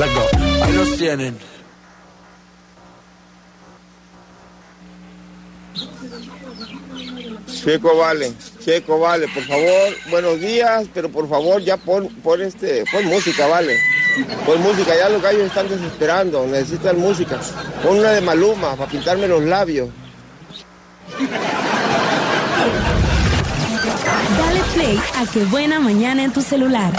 Let go. Ahí los tienen. Checo Vale, Checo Vale, por favor, buenos días, pero por favor ya pon, pon este, pon música, vale. Pon música, ya los gallos están desesperando, necesitan música. Pon una de Maluma para pintarme los labios. Dale play a Qué Buena Mañana en tu celular.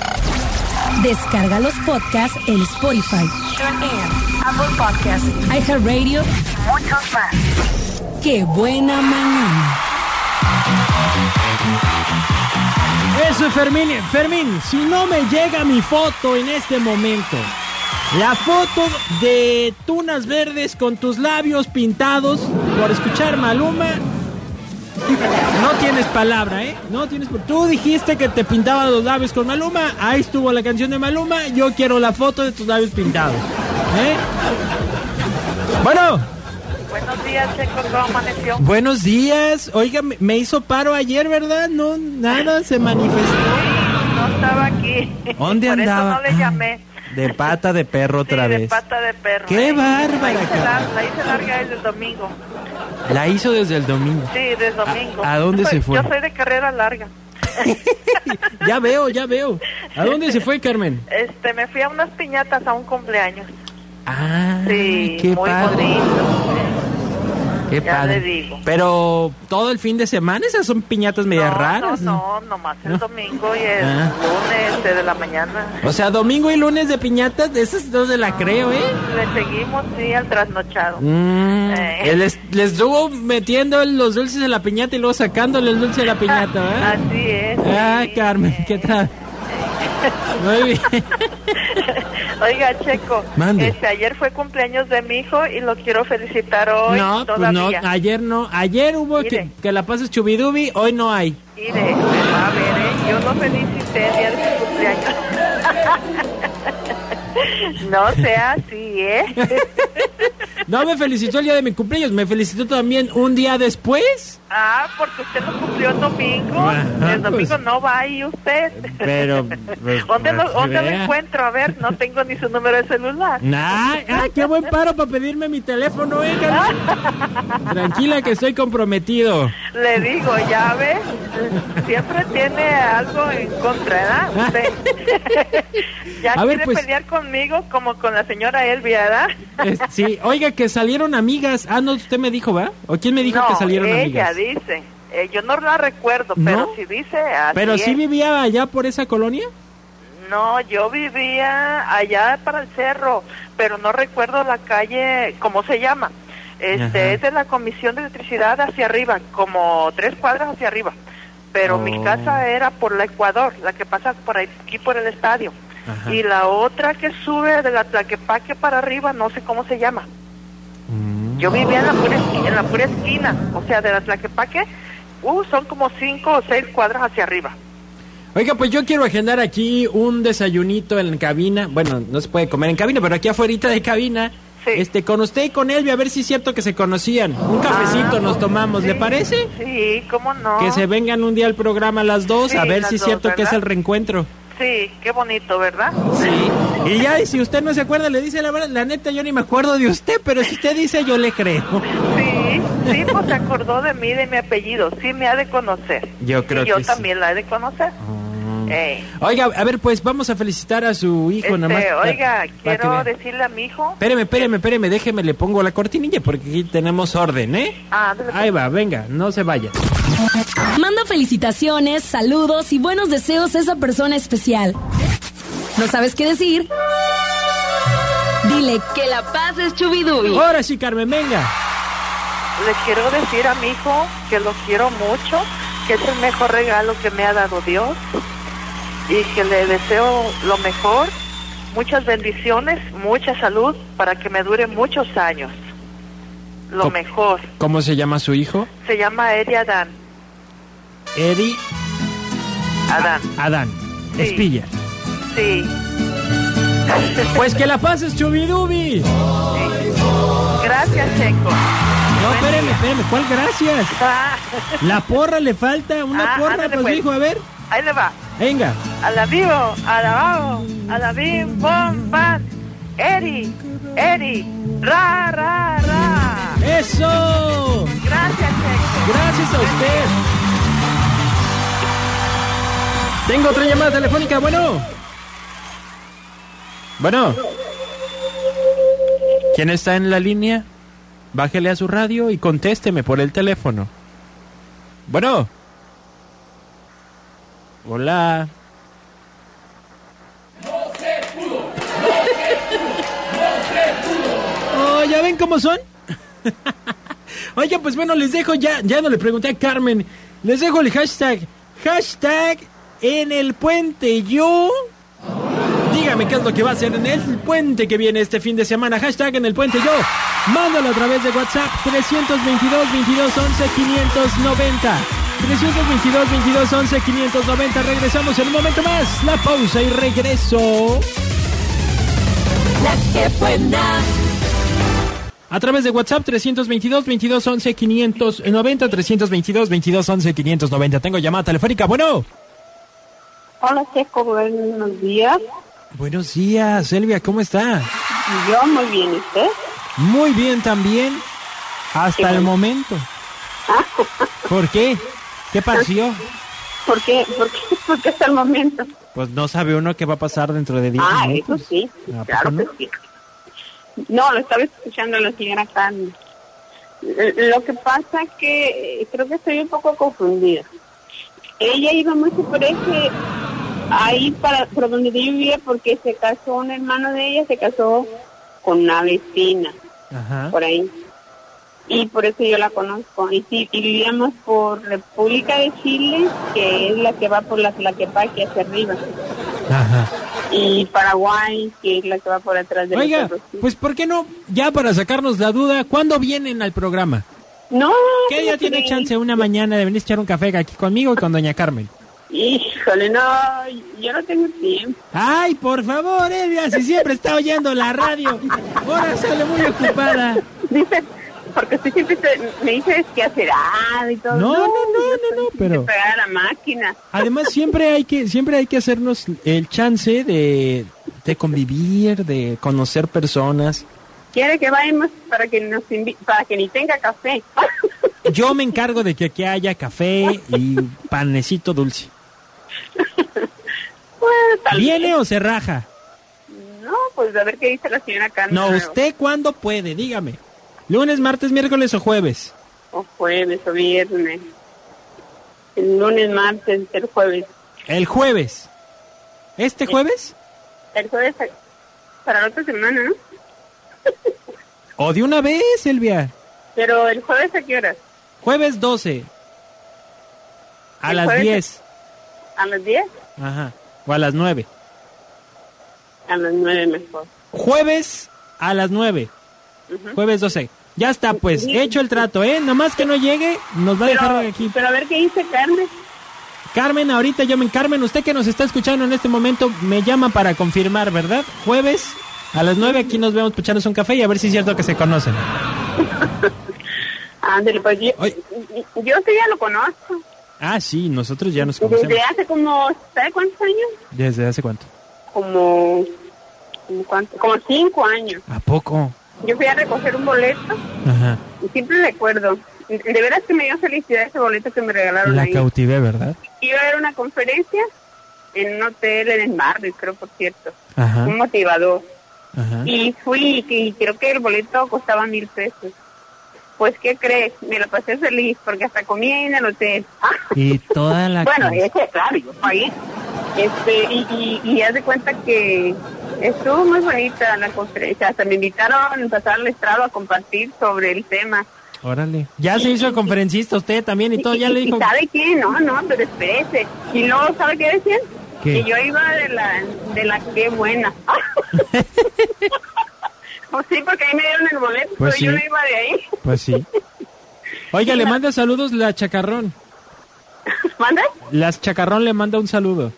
Descarga los podcasts en Spotify, TuneIn, Apple Podcasts y iHeartRadio. muchos más. Qué Buena Mañana. Eso es Fermín. Fermín, si no me llega mi foto en este momento, la foto de tunas verdes con tus labios pintados por escuchar Maluma, no tienes palabra, ¿eh? No tienes. Tú dijiste que te pintaban los labios con Maluma, ahí estuvo la canción de Maluma, yo quiero la foto de tus labios pintados, ¿eh? Bueno, Buenos días, Checo, ¿cómo amaneció? buenos días. Oiga, me- me hizo paro ayer, ¿verdad? No, nada, se manifestó. No estaba aquí. ¿Dónde Por andaba? Eso no le llamé. Ay, De pata de perro otra Sí, vez. De pata de perro. ¡Qué Ahí- bárbara, Ahí se, cabrón! larga, ahí se larga desde el domingo. La hizo desde el domingo. Sí, desde el domingo. a dónde se fue? Yo soy de carrera larga. Ya veo, ya veo. ¿A dónde se fue, Carmen? Este, me fui a unas piñatas a un cumpleaños. Ah, Sí, qué muy padre. bonito. Qué ya padre. le digo. Pero todo el fin de semana, esas son piñatas medias no, raras. No, no, nomás el No. domingo y el Ah. lunes este, de la mañana. O sea, domingo y lunes de piñatas, de esas no se la creo, ¿eh? Le seguimos, sí, al trasnochado. Mm, Eh. eh, Les, les estuvo metiendo los dulces a la piñata y luego sacándole el dulce a la piñata, ¿eh? ¿verdad? Así es. Ah, sí, Carmen, eh. ¿qué tal? Muy bien. Oiga, Checo, Mande. este, ayer fue cumpleaños de mi hijo y lo quiero felicitar hoy No, pues no, todavía. ayer no. Ayer hubo que, Mire. que la pases chubidubi, hoy no hay. Mire, a ver, eh, yo lo felicité el día de su cumpleaños. no sea así, ¿eh? No me felicitó el día de mi cumpleaños, me felicitó también un día después. Ah, porque usted lo cumplió el domingo. Ajá, el domingo pues. no va ahí usted. Pero, pues, ¿Dónde, lo, para que dónde lo vea. encuentro? A ver, no tengo ni su número de celular. Nah, ah, qué buen paro para pedirme mi teléfono, eh, Carmen. Tranquila que estoy comprometido. Le digo, ya ve, siempre tiene algo en contra, ¿verdad? Usted. ya A ver, quiere pues. pelear conmigo como con la señora Elvia, ¿verdad? Es- sí, oiga, que salieron amigas. Ah, no, usted me dijo, ¿va? ¿O quién me dijo no, que salieron ella amigas? dice. Eh, yo no la recuerdo, pero ¿No? si dice así Pero sí es. vivía allá por esa colonia. No, yo vivía allá para el cerro, pero no recuerdo la calle, ¿cómo se llama? Ajá. Este, es de la Comisión de Electricidad hacia arriba, como tres cuadras hacia arriba. Pero mi Oh. casa era por la Ecuador, la que pasa por ahí- aquí por el estadio. Ajá. Y la otra que sube de la Tlaquepaque para arriba, no sé cómo se llama. Mm. Yo vivía en la pura esquina, en la pura esquina o sea, de la Tlaquepaque, uh, son como cinco o seis cuadras hacia arriba. Oiga, pues yo quiero agendar aquí un desayunito en cabina. Bueno, no se puede comer en cabina, pero aquí afuera de cabina. Sí. Este, con usted y con Elvia, a ver si es cierto que se conocían. Un cafecito Ah, nos tomamos, ¿le sí, parece? Sí, cómo no. Que se vengan un día al programa las dos, Sí, a ver las si es dos, cierto que es ¿verdad? el reencuentro. Sí, qué bonito, ¿verdad? Sí. Y ya, y si usted no se acuerda, le dice la verdad, la neta, yo ni me acuerdo de usted, pero si usted dice, yo le creo. Sí, sí, pues se acordó de mí, de mi apellido. Sí, me ha de conocer. Yo creo y yo que sí. también la he de conocer. Eh, Oiga, a ver, pues vamos a felicitar a su hijo, este, nada más. pa- oiga, pa' que quiero vea. decirle a mi hijo. Espéreme, espéreme, espéreme, déjeme, le pongo la cortinilla porque aquí tenemos orden, ¿eh? Ah, ándale, pues. Ahí va, venga, no se vaya. Manda felicitaciones, saludos y buenos deseos a esa persona especial. ¿No sabes qué decir? Dile que la pases chubidubi. Ahora sí, Carmen, venga. Le quiero decir a mi hijo que lo quiero mucho, que es el mejor regalo que me ha dado Dios y que le deseo lo mejor, muchas bendiciones, mucha salud para que me dure muchos años. Lo Co- mejor. ¿Cómo se llama su hijo? Se llama Eddie Adán. Eddie Adán, Adán. Sí. Espilla. sí. Pues que la pases, Chubidubi. Gracias, Checo. No, espéreme, espéreme, ¿cuál gracias? Ah, La porra le falta, una Ah, porra, ándale, pues, pues. dijo, a ver. ahí le va. Venga. A la vivo, a la bajo, a la bim, bom, bam. Eri, Eri, ra, ra, ra. ¡Eso! Gracias, Checo. Gracias a usted. Tengo otra llamada telefónica, bueno. Bueno. ¿Quién está en la línea? Bájele a su radio y contésteme por el teléfono. Bueno. Hola. Oh, ¿ya ven cómo son? Oigan, pues bueno, les dejo ya, ya no le pregunté a Carmen, les dejo el hashtag, hashtag en el puente yo. Dígame qué es lo que va a hacer en el puente que viene este fin de semana, hashtag en el puente yo. Mándalo a través de WhatsApp 322 22 11 590. 322 22 11 590. Regresamos en un momento más. La pausa y regreso. A través de WhatsApp 322 22 11 590 322 22 11 590. Tengo llamada telefónica. Bueno. Hola Checo, buenos días. Buenos días, Elvia, ¿cómo está? Yo muy bien, ¿y usted? Muy bien también. Hasta el momento. ¿Por qué? ¿Qué pasó? ¿Por qué? ¿Por qué? ¿Por qué hasta el momento? Pues no sabe uno qué va a pasar dentro de 10 ah, eso minutos. sí, ¿A poco claro que no? sí. No, lo estaba escuchando la señora Carmen. L- Lo que pasa es que eh, creo que estoy un poco confundida. Ella iba mucho por ese, ahí para, por donde yo vivía, porque se casó un hermano de ella, se casó con una vecina. Ajá. por ahí. Y por eso yo la conozco. Y sí, y vivíamos por República de Chile, que es la que va por la Tlaquepaque hacia arriba. Ajá. Y Paraguay, que es la que va por atrás de Oiga, nosotros. Sí. pues ¿por qué no? Ya para sacarnos la duda, ¿cuándo vienen al programa? no. ¿Qué día no tiene creo. chance una mañana de venir a echar un café aquí conmigo y con doña Carmen? Híjole, no, yo no tengo tiempo. Ay, por favor, Elvia, si siempre está oyendo la radio. Ahora sale muy ocupada. Dice, porque usted siempre se- me dice que hacer y todo. pues, No, no, no, yo no, no, estoy pero- pegada a la máquina. Además, siempre hay que, siempre hay que hacernos el chance de, de convivir, de conocer personas. Quiere que vayamos para que nos invi- para que ni tenga café. Yo me encargo de que aquí haya café y panecito dulce. Bueno, tal ¿Viene o se raja? No, pues a ver qué dice la señora Carmen. No, Nuevo. usted cuándo puede, dígame. ¿Lunes, martes, miércoles o jueves? O jueves o viernes. El lunes, martes, el jueves. El jueves. ¿Este jueves? El jueves eh, para la otra semana, ¿no? ¿O de una vez, Elvia? Pero el jueves a qué horas? Jueves 12. A ¿El las jueves? 10. ¿A las 10? Ajá. O a las 9. A las 9 mejor. Jueves a las 9. Jueves 12. Ya está, pues, Sí. hecho el trato, ¿eh? Nomás que no llegue, nos va a Pero, dejar aquí. pero a ver qué dice Carmen. Carmen, ahorita yo me... Carmen, usted que nos está escuchando en este momento, me llama para confirmar, ¿verdad? Jueves a las 9 aquí nos vemos echarnos un café y a ver si es cierto que se conocen. Ándale, pues yo, Oye. yo sí ya lo conozco. Ah, sí, nosotros ya nos conocemos. Desde hace como, ¿sabe cuántos años? ¿Desde hace cuánto? Como, como, cuánto, como cinco años. ¿A poco? Yo fui a recoger un boleto Ajá. Y Siempre recuerdo. De veras que me dio felicidad ese boleto que me regalaron La ahí. cautivé, ¿verdad? Iba a ver una conferencia en un hotel en el barrio, creo, por cierto. Ajá, Un motivador. ajá. Y fui y creo que el boleto costaba mil pesos. Pues, ¿qué crees? Me la pasé feliz porque hasta comí ahí en el hotel. Ah, Y toda la... Bueno, eh, cosa. es que claro, yo pagué. Este, y, y, y haz de cuenta que estuvo muy bonita la conferencia. Hasta me invitaron a pasar al estrado a compartir sobre el tema. Órale. Ya se hizo conferencista usted también y todo, ya le y- dijo... ¿Y sabe qué? No, no, pero espérese. Y luego, ¿sabe qué decían? ¿Qué? Que yo iba de la, de la que buena. pues sí, porque ahí me dieron el boleto, Pues pero yo sí. no iba de ahí. Pues sí. Oiga, le manda saludos la Chacarrón. ¿Manda? Las Chacarrón le manda un saludo.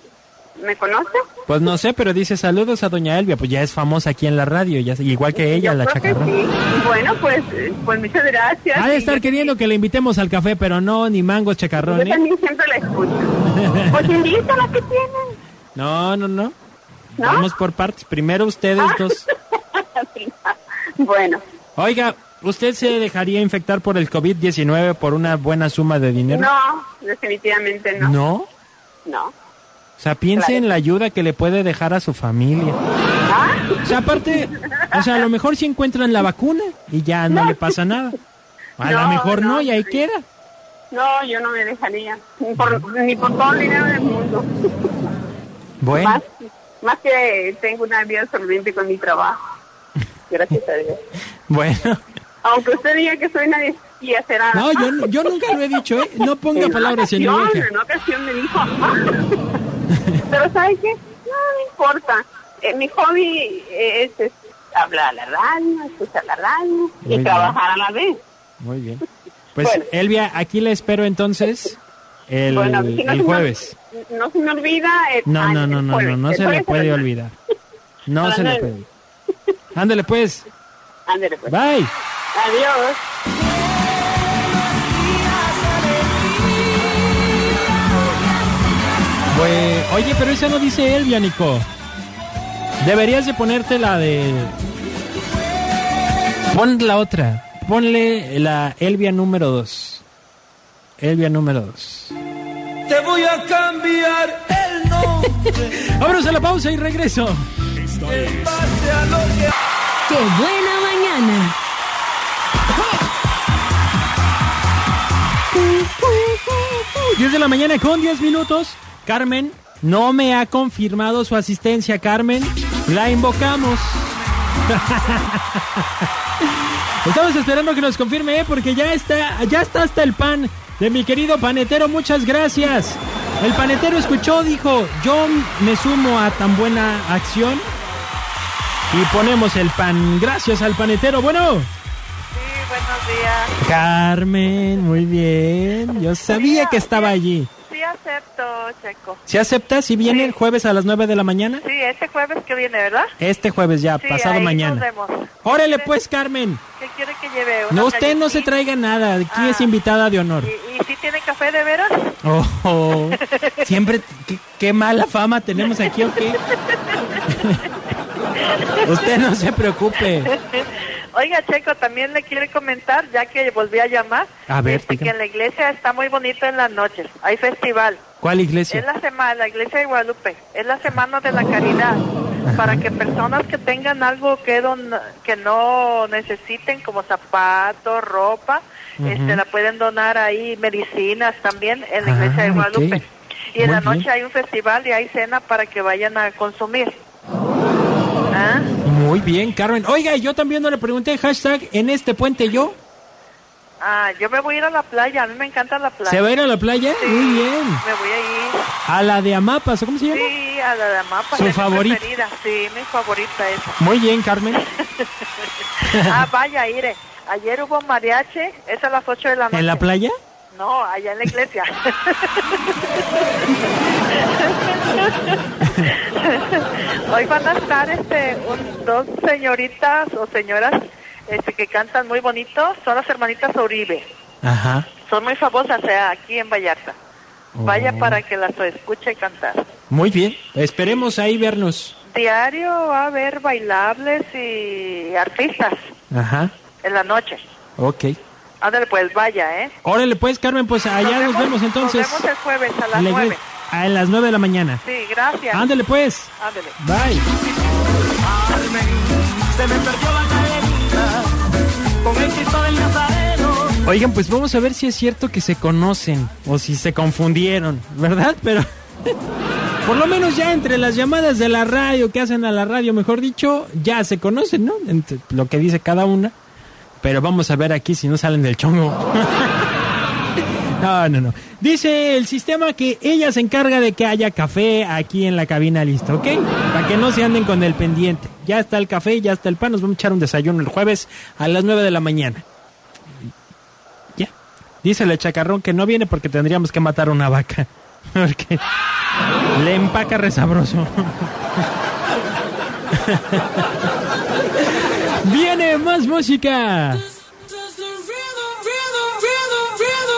¿Me conoce? Pues no sé, pero dice saludos a doña Elvia, pues ya es famosa aquí en la radio, ya igual que ella, Yo la creo que Chacarrón. sí. Bueno, pues, eh, pues muchas gracias. Ha de Y estar yo- queriendo que le invitemos al café, pero no, ni mangos Yo chacarrón, ¿eh? también siempre la escucho. Pues invítala, que tienen? No, no, no. ¿No? Vamos por partes. Primero ustedes dos. Bueno, Oiga, ¿usted se dejaría infectar por el COVID-19 por una buena suma de dinero? no, definitivamente no. No. ¿No? O sea, piense Claro. en la ayuda que le puede dejar a su familia. ¿Ah? O sea, aparte, o sea, a lo mejor si encuentran la vacuna y ya no, le pasa nada. A lo No, mejor no, no, y ahí sí. queda. No, yo no me dejaría. Ni por, ni por todo el dinero del mundo. Bueno, Más, más que tengo una vida solvente con mi trabajo. Gracias a Dios. bueno. Aunque usted diga que soy una desquía, será. No, yo, n- yo nunca lo he dicho, ¿eh? No ponga En palabras en mi ocasión, boca. En ocasión me dijo. Pero ¿sabe qué? No me importa. Eh, mi hobby eh, es, es hablar a la radio, escuchar la radio y Muy bien. trabajar a la vez. Muy bien. Pues, Bueno. Elvia, aquí la espero entonces el, Bueno, si no se el me- jueves. No se me olvida. el- No, ah, no, el no, no, jueves. no, no El se le jueves puede la- olvidar. No Hola, se le Noel. puede. Ándale pues. Ándele, pues. Bye. Adiós. Bue- Pues, oye, pero esa no dice Elvia, Nico. Deberías de ponerte la de... Pon la otra. Ponle la Elvia número 2. Elvia número 2. Te voy a cambiar el nombre. Vámonos a la pausa y regreso. en base a lo que ¡Qué buena mañana! Uh, 10 de la mañana con 10 minutos. Carmen no me ha confirmado su asistencia, Carmen. La invocamos. Estamos esperando que nos confirme, ¿eh? porque ya está, ya está hasta el pan de mi querido panetero. Muchas gracias. El panetero escuchó, dijo, yo me sumo a tan buena acción y ponemos el pan. Gracias al panetero. Bueno. Sí, buenos días. Carmen, muy bien. Yo sabía que estaba allí. Sí acepto, Checo. ¿Se acepta si viene el jueves a las 9 de la mañana? Sí, este jueves que viene, ¿verdad? Este jueves ya, Sí, pasado ahí Nos mañana. vemos. Órale pues, Carmen. ¿Qué quiere que lleve? No, ¿Unas usted no se galletitas? traiga nada. Aquí Ah. es invitada de honor. ¿Y, y si tiene café de veras? Oh, oh. siempre qué, qué mala fama tenemos aquí, ¿o qué? Usted no se preocupe. Oiga, Checo, también le quiere comentar, ya que volví a llamar, A ver, este, que dígame. en la iglesia está muy bonito en las noches. Hay festival. ¿Cuál Es iglesia? la semana, la iglesia de Guadalupe, es la semana de la caridad, para que personas que tengan algo que, don, que no necesiten, como zapatos, ropa, este, la pueden donar ahí, medicinas también, en la Ah, iglesia de Guadalupe. ok. Y en Muy la noche bien. hay un festival y hay cena para que vayan a consumir. ¿Ah? Muy bien, Carmen. Oiga, y yo también no le pregunté hashtag en este puente yo. Ah, yo me voy a ir a la playa, a mí me encanta la playa. ¿Se va a ir a la playa? Sí, Muy bien. Me voy a ir, A la de Amapas, ¿o ¿cómo se llama? sí, a la de Amapa. ¿Su es mi favorita? preferida, Sí, mi favorita es. Muy bien, Carmen. Ah, vaya, Ire. Ayer hubo mariachi, es a las 8 de la noche. ¿En la playa? No, allá en la iglesia. Hoy van a estar este, un- dos señoritas o señoras este, que cantan muy bonito. Son las hermanitas Uribe. Ajá. Son muy famosas eh, aquí en Vallarta. Vaya Oh. para que las escuche cantar. Muy bien. Esperemos ahí vernos. Diario va a haber bailables y artistas Ajá. en la noche. Ok. Ándale, pues vaya, ¿eh? Órale, pues, Carmen, pues allá nos vemos, entonces. Nos vemos el jueves a las En la iglesia- 9. Ah, en las nueve de la mañana. Sí, gracias. Ándale, pues. Ándale. Bye. se me perdió la caleta con el Cristo del Nazareno. Oigan, pues vamos a ver si es cierto que se conocen o si se confundieron, ¿verdad? Pero por lo menos ya entre las llamadas de la radio que hacen a la radio, mejor dicho, ya se conocen, ¿no? Entre lo que dice cada una. Pero vamos a ver aquí si no salen del chongo. No, no, no. Dice el sistema que ella se encarga de que haya café aquí en la cabina listo, ¿ok? Para que no se anden con el pendiente. Ya está el café, ya está el pan. Nos vamos a echar un desayuno el jueves a las 9 de la mañana. Ya. Dice el chacarrón que no viene porque tendríamos que matar una vaca. Porque le empaca resabroso. viene más música.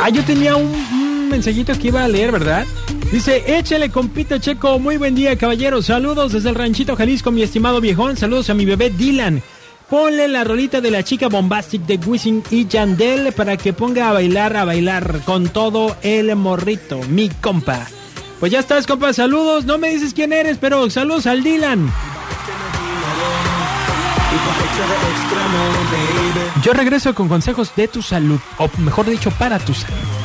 Ah, yo tenía un, un mensajito que iba a leer, ¿verdad? Dice, échale compita checo, muy buen día caballeros, saludos desde el ranchito Jalisco, mi estimado viejón, saludos a mi bebé Dylan, Ponle la rolita de la chica bombastic de Wisin y Yandel para que ponga a bailar, a bailar con todo el morrito, mi compa. Pues ya estás, compa, saludos. No me dices quién eres, pero saludos al Dylan. Yo regreso con consejos de tu salud, o mejor dicho, para tu salud.